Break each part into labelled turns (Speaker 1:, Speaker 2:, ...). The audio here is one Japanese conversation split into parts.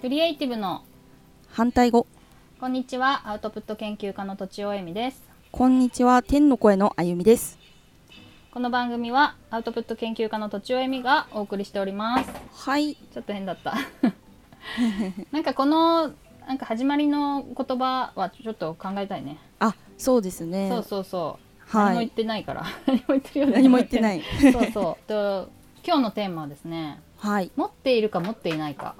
Speaker 1: クリエイティブの
Speaker 2: 反対語
Speaker 1: こんにちはアウトプット研究家のとちおえみです
Speaker 2: こんにちは天の声のあゆみです
Speaker 1: この番組はアウトプット研究家のとちおえみがお送りしております
Speaker 2: はい
Speaker 1: ちょっと変だった なんかこのなんか始まりの言葉はちょっと考えたいね、
Speaker 2: あそうですね
Speaker 1: そうそうそう、
Speaker 2: はい
Speaker 1: 何も言ってないから 何も言ってるよう
Speaker 2: 何も言ってないい
Speaker 1: そうそうと今日のテーマはですね
Speaker 2: はい
Speaker 1: 持っているか持っていないか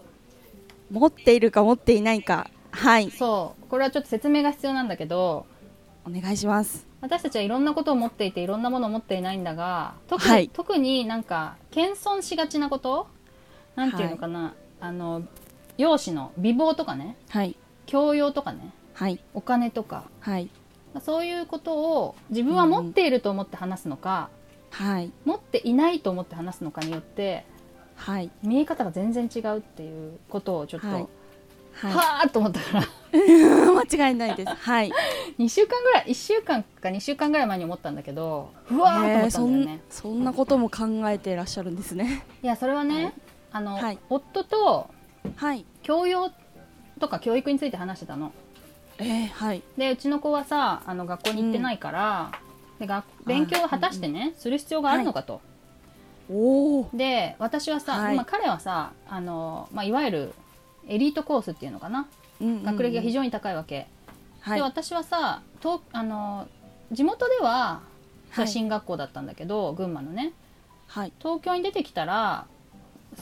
Speaker 2: 持っているか持っていないかはい
Speaker 1: そうこれはちょっと説明が必要なんだけど
Speaker 2: お願いします
Speaker 1: 私たちはいろんなことを持っていていろんなものを持っていないんだが特,、
Speaker 2: はい
Speaker 1: 特になんか謙遜しがちなことなんていうのかな、あの容姿の美貌とかね
Speaker 2: はい
Speaker 1: 教養とかね
Speaker 2: はい
Speaker 1: お金とか
Speaker 2: はい
Speaker 1: そういうことを自分は持っていると思って話すのか、
Speaker 2: はい
Speaker 1: 持っていないと思って話すのかによって
Speaker 2: はい
Speaker 1: 見え方が全然違うっていうことをちょっと、
Speaker 2: は
Speaker 1: はい
Speaker 2: はい
Speaker 1: はあと思ったから
Speaker 2: 間違いないですはい
Speaker 1: 2週間ぐらい1週間か2週間ぐらい前に思ったんだけどふわーっと思
Speaker 2: へ
Speaker 1: っ
Speaker 2: ー
Speaker 1: た
Speaker 2: そ
Speaker 1: んだよ
Speaker 2: ん
Speaker 1: ね。
Speaker 2: そんなことも考えてらっしゃるんですね
Speaker 1: いやそれはね、あの、
Speaker 2: はい
Speaker 1: 夫と
Speaker 2: はい
Speaker 1: 教養とか教育について話してたの
Speaker 2: えー、はい
Speaker 1: でうちの子はさあの学校に行ってないから、でが勉強を果たしてね、する必要があるのかと、
Speaker 2: おお
Speaker 1: で私はさ、
Speaker 2: はい
Speaker 1: まあ、彼はさあの、まあ、いわゆるエリートコースっていうのかな学歴が非
Speaker 2: 常
Speaker 1: 常に高いわけ、
Speaker 2: はい
Speaker 1: で私はさとあの地元では
Speaker 2: はい
Speaker 1: 進学校だったんだけど、群馬のね
Speaker 2: はい
Speaker 1: 東京に出てきたら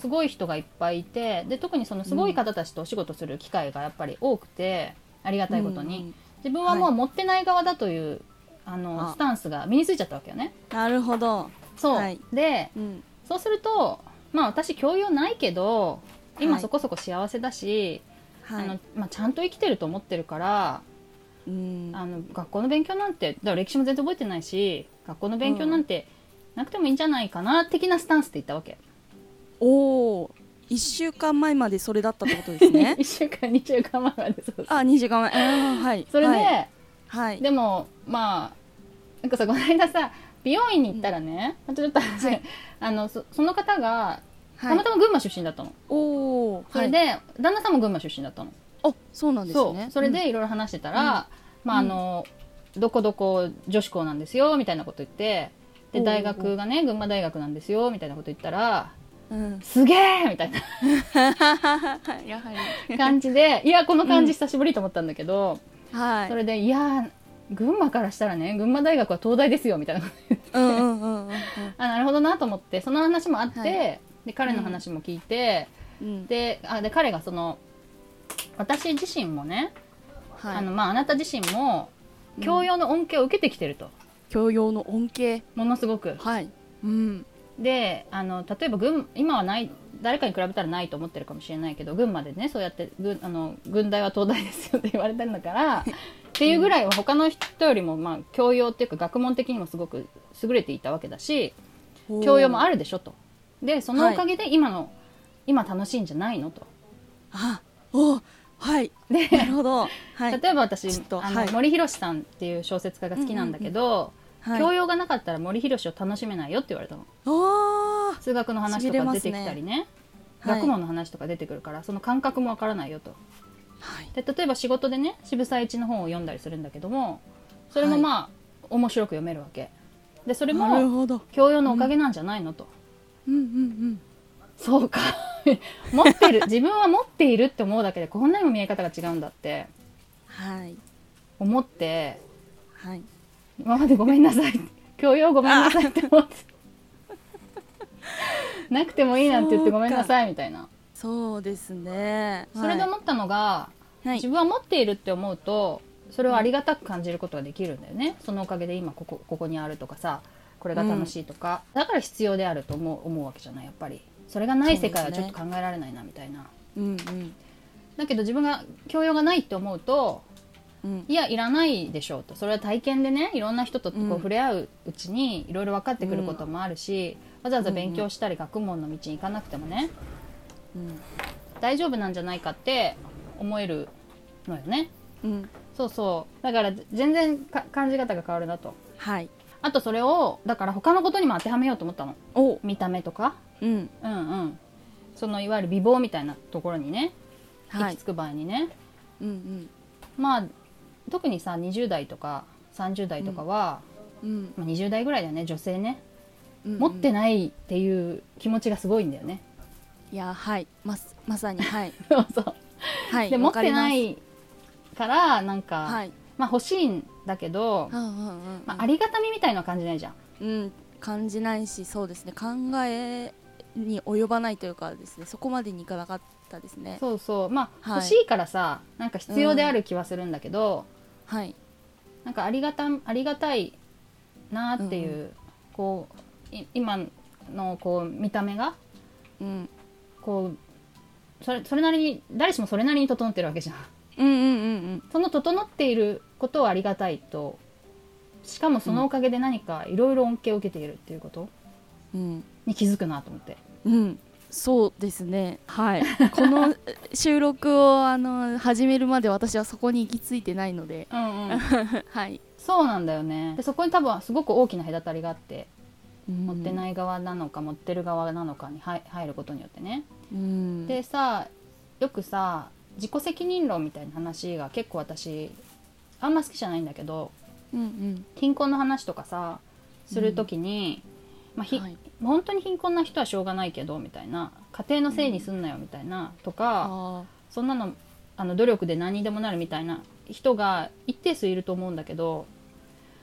Speaker 1: すごい人がいっぱいいてで特にそのすごい方たちとお仕事する機会がやっぱり多くて、ありがたいことに、
Speaker 2: うん
Speaker 1: 自分はも
Speaker 2: は
Speaker 1: う持ってない側だという、あの
Speaker 2: あ
Speaker 1: スタンスが身についちゃったわけよね。
Speaker 2: なるほど
Speaker 1: そう、
Speaker 2: はい
Speaker 1: で
Speaker 2: うん
Speaker 1: そうするとまあ私教養ないけど
Speaker 2: は
Speaker 1: 今
Speaker 2: い
Speaker 1: そこそこ幸せだし、
Speaker 2: はい
Speaker 1: あのまあ、ちゃんと生きてると思ってるから
Speaker 2: うん
Speaker 1: あの学校の勉強なんてだから歴史も全然覚えてないし学校の勉強なんてなくてもいいんじゃないかな的なスタンスで言ったわけ。
Speaker 2: おお1週間前までそれだったってことで すね
Speaker 1: 1週間2週間前までそうそう
Speaker 2: あ2時間前あーはい
Speaker 1: それで、
Speaker 2: はい、はい
Speaker 1: でもまあなんかさこの間さ美容院に行ったらね、またちょっと話、 あのそその方が
Speaker 2: は
Speaker 1: た
Speaker 2: い
Speaker 1: またま群馬出身だったの、
Speaker 2: おお
Speaker 1: それで、旦那さんも群馬出身だったの
Speaker 2: あそうなんです
Speaker 1: そう,、
Speaker 2: ね
Speaker 1: それでいろいろ話してたら、まああの、どこどこ女子校なんですよみたいなこと言ってで
Speaker 2: おー
Speaker 1: 大学がね群馬大学なんですよみたいなこと言ったら
Speaker 2: うん、 うん
Speaker 1: すげえみたいな
Speaker 2: やは
Speaker 1: 感じでいやこの感じ久しぶりと思ったんだけど、
Speaker 2: りはい
Speaker 1: それでいや群馬からしたらね群馬大学は東大ですよみたいなこと
Speaker 2: うんうんうんうん
Speaker 1: あなるほどなと思ってその話もあって、
Speaker 2: はい
Speaker 1: で彼の話も聞いて、
Speaker 2: うん
Speaker 1: であで彼がその私自身もね、
Speaker 2: はい
Speaker 1: あのまあ、あなた自身も
Speaker 2: うん
Speaker 1: 教養の恩恵を受けてきてると、
Speaker 2: 教養の恩恵
Speaker 1: ものすごく
Speaker 2: はいうん
Speaker 1: であの例えば群今はない誰かに比べたらないと思ってるかもしれないけど群馬でねそうやって軍あの軍大は東大ですよって言われてるんだから っていうぐらいは他の人よりも、まあ、教養っていうか学問的にもすごく優れていたわけだし、教養も
Speaker 2: あ
Speaker 1: あるでしょとでそのおかげで今の、今楽しいんじゃないのと、
Speaker 2: あおーはい
Speaker 1: で
Speaker 2: なるほ どはい
Speaker 1: 例えば私
Speaker 2: ちょっと
Speaker 1: あの、
Speaker 2: はい
Speaker 1: 森博さんっていう小説家が好きなんだけど、
Speaker 2: はい
Speaker 1: 教養がなかったら森博を楽しめないよって言われたの
Speaker 2: おー
Speaker 1: 数学の話
Speaker 2: しびれ
Speaker 1: とか
Speaker 2: ま
Speaker 1: 出
Speaker 2: す
Speaker 1: て
Speaker 2: ね
Speaker 1: きたりね
Speaker 2: はい
Speaker 1: 学問の話とか出てくるからその感覚もわからないよと
Speaker 2: はい
Speaker 1: で例えば仕事でね渋沢一の本を読んだりするんだけどもそれも
Speaker 2: はい
Speaker 1: まあ、面白く読めるわけでそれ
Speaker 2: なる
Speaker 1: も
Speaker 2: ほど
Speaker 1: 教養のおかげなんじゃないのと、
Speaker 2: うんうん
Speaker 1: そうか 持って る自分は持っているって思うだけでこんなにも見え方が違うんだって
Speaker 2: うんはい
Speaker 1: 思って
Speaker 2: はい
Speaker 1: 今までごめんなさい教養ごめんなさいって 思ってなくてもいいなんて言ってごめんなさいみたいな
Speaker 2: そうですね
Speaker 1: それで思ったのが、
Speaker 2: はい
Speaker 1: 自分は持っているって思うとそれをありがたく感じることができるんだよねそのおかげで今ここここにあるとかさこれが楽しいとか、だから必要であると思う思うわけじゃないやっぱりそれがない世界はちょっと考えられないなみたいな、
Speaker 2: うんうん
Speaker 1: だけど自分が教養がないって思うと
Speaker 2: うん
Speaker 1: いやいらないでしょうとそれは体験でねいろんな人とこう
Speaker 2: うん
Speaker 1: 触れ合ううちにいろいろ分かってくることもあるし、わざわざ勉強したり学問の道に行かなくてもね
Speaker 2: うん
Speaker 1: 大丈夫なんじゃないかって思えるのよね
Speaker 2: うん
Speaker 1: そうそうだから全然か感じ方が変わるなと
Speaker 2: はい
Speaker 1: あとそれをだから他のことにも当てはめようと思ったの
Speaker 2: お
Speaker 1: 見た目とか
Speaker 2: うん
Speaker 1: うんうんそのいわゆる美貌みたいなところにね行
Speaker 2: は
Speaker 1: き
Speaker 2: い
Speaker 1: 着く場合にね、
Speaker 2: うん
Speaker 1: まあ特にさ20代とか30代とかは、
Speaker 2: うんうん
Speaker 1: まあ、20代ぐらいだよね女性ね、
Speaker 2: うんうん
Speaker 1: 持ってないっていう気持ちがすごいんだよね。
Speaker 2: いやはいまさまさ にはい
Speaker 1: そうそう
Speaker 2: はい
Speaker 1: で持
Speaker 2: わ
Speaker 1: っ
Speaker 2: かり
Speaker 1: て
Speaker 2: ます
Speaker 1: ないからなんか、
Speaker 2: はい
Speaker 1: まあ欲しいんだけど、
Speaker 2: うんうんうんうん
Speaker 1: まあ、ありがたみみたいのは感じないじゃん。
Speaker 2: うん感じないしそうですね考えに及ばないというかですねそこまでにいかなかったですね
Speaker 1: そうそうまあ、
Speaker 2: はい
Speaker 1: 欲しいからさなんか必要である気はするんだけど、
Speaker 2: はい
Speaker 1: なんかありがたありがたいなっていう、こうい今のこう見た目が
Speaker 2: うん
Speaker 1: こうそれそれなりに誰しもそれなりに整ってるわけじゃん
Speaker 2: うんうんうん
Speaker 1: その整っていることをありがたいとしかもそのおかげで何かいろいろ恩恵を受けているっていうこと
Speaker 2: うんうん
Speaker 1: に気づくなと思って
Speaker 2: うん、そうですね、 はい、この収録をあの始めるまで私はそこに行き着いてないので、
Speaker 1: うんうん
Speaker 2: はい、
Speaker 1: そうなんだよねでそこに多分すごく大きな隔たりがあって持って
Speaker 2: い、
Speaker 1: ない側なのか持ってる側なのかに入入ることによってね
Speaker 2: うん、
Speaker 1: でさよくさ自己責任論みたいな話が結構私あんま好きじゃないんだけど
Speaker 2: うんうん、
Speaker 1: 貧困の話とかさする時に、まあひ
Speaker 2: はい
Speaker 1: 本当に貧困な人はしょうがないけどみたいな家庭のせいにすんなよみたいな、とか
Speaker 2: あ
Speaker 1: そんなのあの努力で何にでもなるみたいな人が一定数いると思うんだけど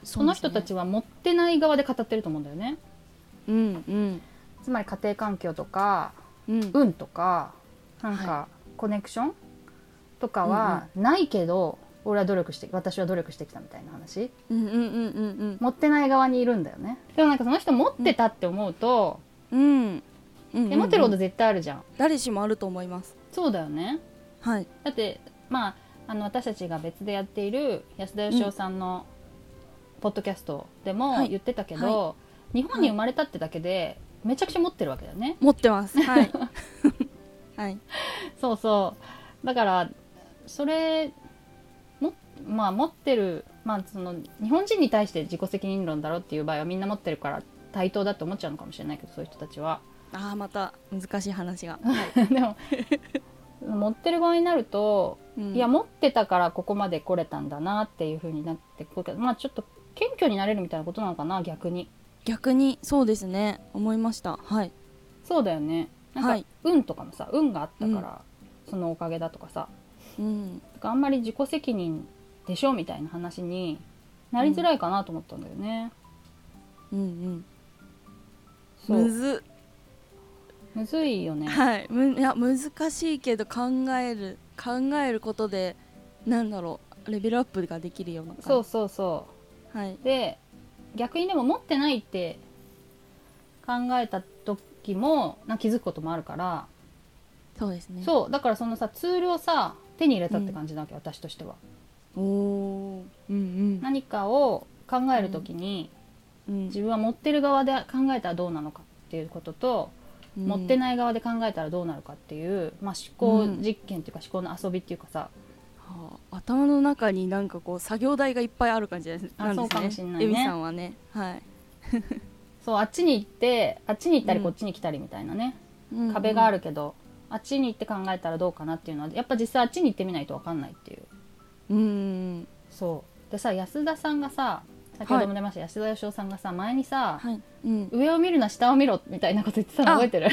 Speaker 2: ー
Speaker 1: その人た、ちは持ってない側で語ってると思うんだよね。
Speaker 2: そうですねうん
Speaker 1: つまり家庭環境とか
Speaker 2: うんうん、
Speaker 1: 運とかなんか
Speaker 2: は
Speaker 1: コネクションとかはないけど、俺は努力して私は努力してきたみたいな話
Speaker 2: うんうんうんうん
Speaker 1: 持ってない側にいるんだよねでもなんかその人持ってたって思うと、
Speaker 2: うん、うん、
Speaker 1: え持ってること
Speaker 2: うん
Speaker 1: 絶対あるじゃん
Speaker 2: 誰しもあると思います、
Speaker 1: そうだよね
Speaker 2: はい、
Speaker 1: だってまああの私たちが別でやっている安田義生さんのポッドキャストで
Speaker 2: は
Speaker 1: も
Speaker 2: い
Speaker 1: 言ってたけど、
Speaker 2: は
Speaker 1: 日本に生まれたってだけでめちゃくちゃ持ってるわけだよね
Speaker 2: 持ってます、はい、はい、
Speaker 1: そうそうだからそれもまあ持ってるまあその日本人に対して自己責任論だろっていう場合はみんな持ってるから対等だって思っちゃうのかもしれないけどそういう人たちは
Speaker 2: ああまた難しい話が、
Speaker 1: でも持ってる側になると、
Speaker 2: うん
Speaker 1: いや持ってたからここまで来れたんだなっていうふうになってくるけどまあちょっと謙虚になれるみたいなことなのかな逆に
Speaker 2: 逆にそうですね、思いました、はい、
Speaker 1: そうだよねなんか、
Speaker 2: はい
Speaker 1: 運とかもさ運があったから、そのおかげだとかさ
Speaker 2: うん、
Speaker 1: なんかあんまり自己責任でしょみたいな話になりづらいかなと思ったんだよね。
Speaker 2: うんうん。
Speaker 1: そう
Speaker 2: むず
Speaker 1: むずいよね。
Speaker 2: はいむいや難しいけど考える考えることでなんだろうレベルアップができるような感じ
Speaker 1: そうそうそ
Speaker 2: はい、
Speaker 1: う。で逆にでも持ってないって考えた時もなんか気づくこともあるから、
Speaker 2: そうですね
Speaker 1: そうだからそのさツールをさ手に入れたって感じなわけ、私としては。
Speaker 2: おおーうん
Speaker 1: 何かを考える時に、
Speaker 2: うんうん
Speaker 1: 自分は持ってる側で考えたらどうなのかっていうことと、持って
Speaker 2: い、
Speaker 1: ない側で考えたらどうなるかっていう、まあ、思考実験っていうか、思考の遊びっていうかさ
Speaker 2: はあ頭の中になんかこう作業台がいっぱいある感じです
Speaker 1: あ
Speaker 2: んです
Speaker 1: そ
Speaker 2: ね
Speaker 1: うかもしんないね
Speaker 2: エミさんはねはい、
Speaker 1: そうあっちに行ってあっちに行ったり
Speaker 2: うん
Speaker 1: こっちに来たりみたいなね、
Speaker 2: うんうん
Speaker 1: 壁があるけどあっちに行って考えたらどうかなっていうのはやっぱ実際あっちに行ってみないと分かんないっていう
Speaker 2: うんうん
Speaker 1: そうでさ安田さんがさ先ほども出ました、安田義生さんがさ前にさ、
Speaker 2: はい、うん、
Speaker 1: 上を見るな下を見ろみたいなこと言ってたの
Speaker 2: あ
Speaker 1: 覚えてる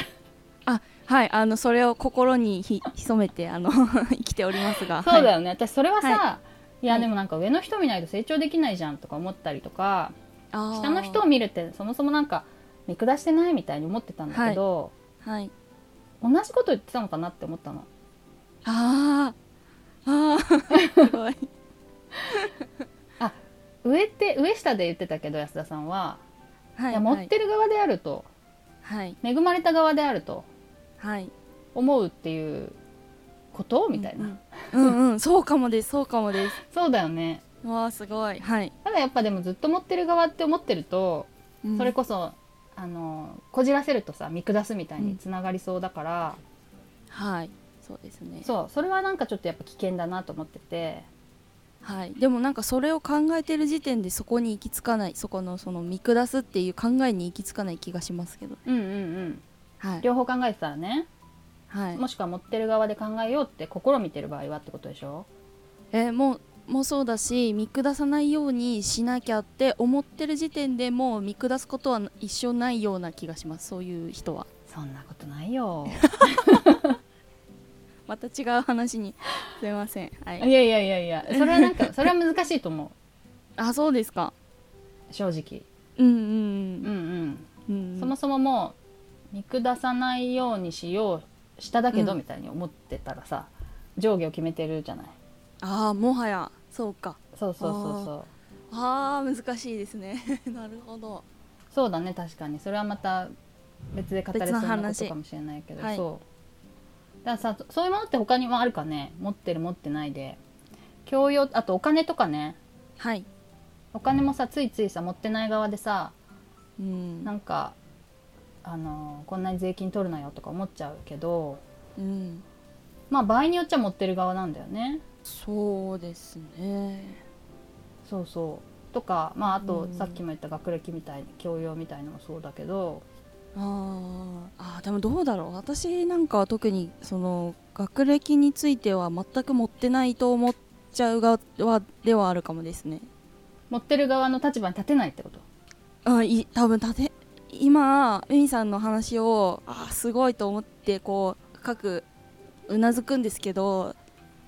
Speaker 2: あはいあのそれを心にひ潜めてあの 生きておりますが
Speaker 1: そうだ
Speaker 2: よ、
Speaker 1: よね、私それはさ、い、や
Speaker 2: はい
Speaker 1: でもなんか上の人見ないと成長できないじゃんとか思ったりとか
Speaker 2: はい、
Speaker 1: 下の人を見るってそもそもなんか見下してないみたいに思ってたんだけど、
Speaker 2: あーはい
Speaker 1: 同じこと言ってたのかなって思ったの
Speaker 2: あーあ ーすごい
Speaker 1: 上って上下で言ってたけど安田さんは、
Speaker 2: はいい
Speaker 1: や持ってる側であると
Speaker 2: はい
Speaker 1: 恵まれた側であると
Speaker 2: はい
Speaker 1: 思うっていうことみたいな、
Speaker 2: うんうん、うんうんそうかもですそうかもです
Speaker 1: そうだよね
Speaker 2: わあすごいはい、
Speaker 1: ただやっぱでもずっと持ってる側って思ってると、
Speaker 2: うん
Speaker 1: それこそあのこじらせるとさ見下すみたいにつながりそうだから、
Speaker 2: はいそうですね
Speaker 1: そうそれはなんかちょっとやっぱ危険だなと思ってて
Speaker 2: はいでもなんかそれを考えてる時点でそこに行き着かないそこのその見下すっていう考えに行き着かない気がしますけど
Speaker 1: うんうんうん
Speaker 2: はい
Speaker 1: 両方考えてたらね
Speaker 2: はい
Speaker 1: もしくは持ってる側で考えようって試みてる場合はってことでしょ
Speaker 2: えーもうもうそうだし見下さないようにしなきゃって思ってる時点でもう見下すことは一生ないような気がしますそういう人は
Speaker 1: そんなことないよ
Speaker 2: また違う話 にすいません、はいい、
Speaker 1: や いやいやいやそれはなんかそれは難しいと思
Speaker 2: あそうですか
Speaker 1: う正直
Speaker 2: うんう
Speaker 1: うん
Speaker 2: ん
Speaker 1: うん
Speaker 2: うんうん
Speaker 1: そもそももう見下さないようにしようしただけど
Speaker 2: うん
Speaker 1: みたいに思ってたらさ、上下を決めてるじゃない
Speaker 2: ああもはやそうか
Speaker 1: そうそうそうそう
Speaker 2: あー難しいですね なるほど
Speaker 1: そうだね確かにそれはまた別で語れそう
Speaker 2: 別の
Speaker 1: なこ
Speaker 2: 話
Speaker 1: とかもしれないけど、
Speaker 2: はい
Speaker 1: そうだからさそういうものって他にもあるかね持ってる持ってないで教養あとお金とかね
Speaker 2: はい
Speaker 1: お金もさついついさ持ってない側でさ
Speaker 2: うん
Speaker 1: なんかあのこんなに税金取るなよとか思っちゃうけど
Speaker 2: うん
Speaker 1: まあ場合によっちゃ持ってる側なんだよね
Speaker 2: そうですね
Speaker 1: そうそうとかまああと
Speaker 2: うん
Speaker 1: さっきも言った学歴みたいに教養みたいのもそうだけど
Speaker 2: あーあーでもどうだろう私なんかは特にその学歴については全く持ってないと思っちゃう側ではあるかもですね
Speaker 1: 持ってる側の立場に立てないってこと
Speaker 2: あい多分立て今エミさんの話をあすごいと思ってこう深くうなずくんですけど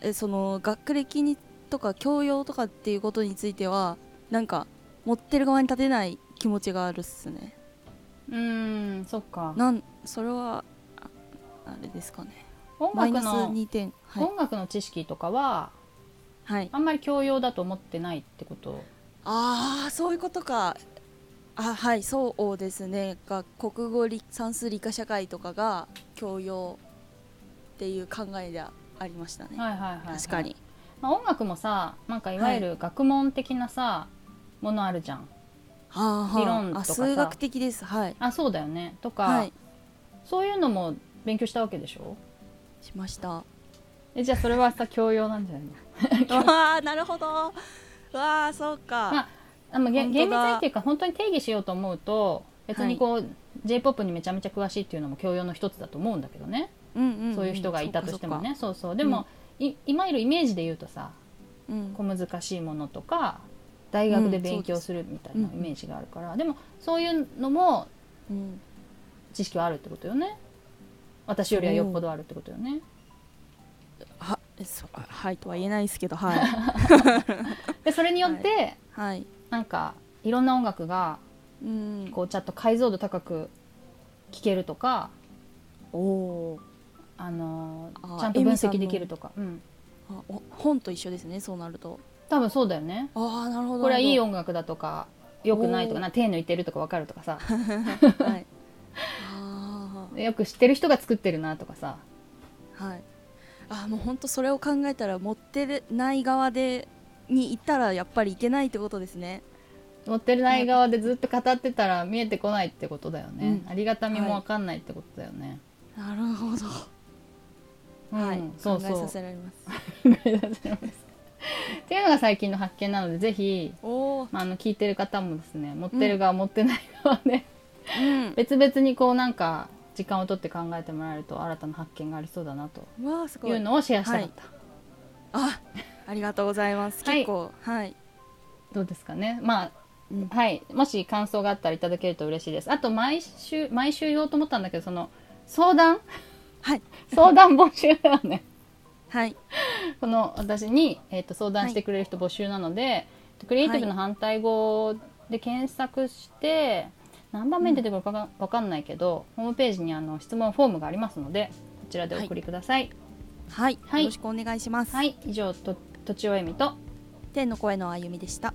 Speaker 2: えその学歴にとか教養とかっていうことについてはなんか持ってる側に立てない気持ちがあるっすね
Speaker 1: うーんそっか
Speaker 2: なんそれはああれですかね
Speaker 1: 音
Speaker 2: マイ
Speaker 1: 楽
Speaker 2: ナス
Speaker 1: の
Speaker 2: 2点はい、
Speaker 1: 音楽の知識とかは
Speaker 2: はい、
Speaker 1: あんまり教養だと思ってないってこと
Speaker 2: ああそういうことかあはいそうですねが国語理算数理科社会とかが教養っていう考えでありましたね、
Speaker 1: はいはいはい、はい、
Speaker 2: 確か、に
Speaker 1: まあ、音楽もさなんかいわゆる学問的なさ、ものあるじゃん
Speaker 2: はあはあ
Speaker 1: 理論とか
Speaker 2: あ
Speaker 1: さ
Speaker 2: 数学的ですはい
Speaker 1: あそうだよねとか、
Speaker 2: はい
Speaker 1: そういうのも勉強したわけでしょ
Speaker 2: しました
Speaker 1: えじゃあそれはさ教養なんじゃないの
Speaker 2: わあなるほどわあそうか、
Speaker 1: まああまあげ
Speaker 2: 本
Speaker 1: 厳
Speaker 2: 当だ
Speaker 1: 密にっていうか本当に定義しようと思うと別にこう、j p o p にめちゃめちゃ詳しいっていうのも教養の一つだと思うんだけどね、
Speaker 2: うんうんん
Speaker 1: そういう人がいたとしても
Speaker 2: そっか
Speaker 1: ねそうそうでも、い今いるイメージで言うとさ
Speaker 2: そっかうん
Speaker 1: 小難しいものとか大学で
Speaker 2: うん
Speaker 1: 勉強
Speaker 2: そうです
Speaker 1: するみたいなイメージがあるから、でもそういうのも
Speaker 2: うん
Speaker 1: 知識はあるってことよね私よりはよっぽどあるってことよね
Speaker 2: はそはいとは言えないですけ どはい
Speaker 1: でそれによって、
Speaker 2: はい
Speaker 1: なんかいろんな音楽が
Speaker 2: うん
Speaker 1: こうちゃんと解像度高く聴けるとか、
Speaker 2: おおー
Speaker 1: あのー
Speaker 2: あー
Speaker 1: ちゃんと分析できるとか、うん、
Speaker 2: あお本と一緒ですねそうなると
Speaker 1: 多分そうだよね
Speaker 2: ああなるほど
Speaker 1: これはいい
Speaker 2: よ
Speaker 1: 音楽だとか良くないとかな手抜いてるとか分かるとかさ
Speaker 2: はい。あ
Speaker 1: よく知ってる人が作ってるなとかさ
Speaker 2: あ、はい。ああ、もう本当それを考えたら、持ってるない側で。にいたら、やっぱりいけないってことですね。
Speaker 1: 持ってない側でずっと語ってたら見えてこないってことだよね、
Speaker 2: うん
Speaker 1: ありがたみもわかんないってことだよね、
Speaker 2: なるほど。
Speaker 1: うん
Speaker 2: はい。
Speaker 1: そう
Speaker 2: 考
Speaker 1: そ
Speaker 2: え
Speaker 1: う
Speaker 2: させられます。
Speaker 1: 考えさせられます っていうのが最近の発見なのでぜひ、
Speaker 2: おお。
Speaker 1: まあ、あの聞いてる方もですね持ってる側、持ってない側で、
Speaker 2: う
Speaker 1: 別々にこうなんか時間を取って考えてもらえると新たな発見がありそうだなと
Speaker 2: ん。わあ、すご
Speaker 1: い
Speaker 2: い。
Speaker 1: うのをシェアしたかった、
Speaker 2: あ、ありがとうございます。
Speaker 1: はい
Speaker 2: 結構、はい。
Speaker 1: どうですかねまあ
Speaker 2: うん
Speaker 1: はい、もし感想があったらいただけると嬉しいです。あと毎週毎週言おうと思ったんだけど、その相 談
Speaker 2: はい。
Speaker 1: 相談募集だよね。
Speaker 2: はい。
Speaker 1: この私にえっ、と相談してくれる人募集なので、クリエイティブの反対語で検索して、何番目に出てくるかがわかんないけど、ホームページにあの質問フォームがありますので、こちらでお送りください。
Speaker 2: はい。
Speaker 1: はい
Speaker 2: よろしくお願いします。
Speaker 1: はい、以上ととちおえみと
Speaker 2: 天の声のあゆみでした。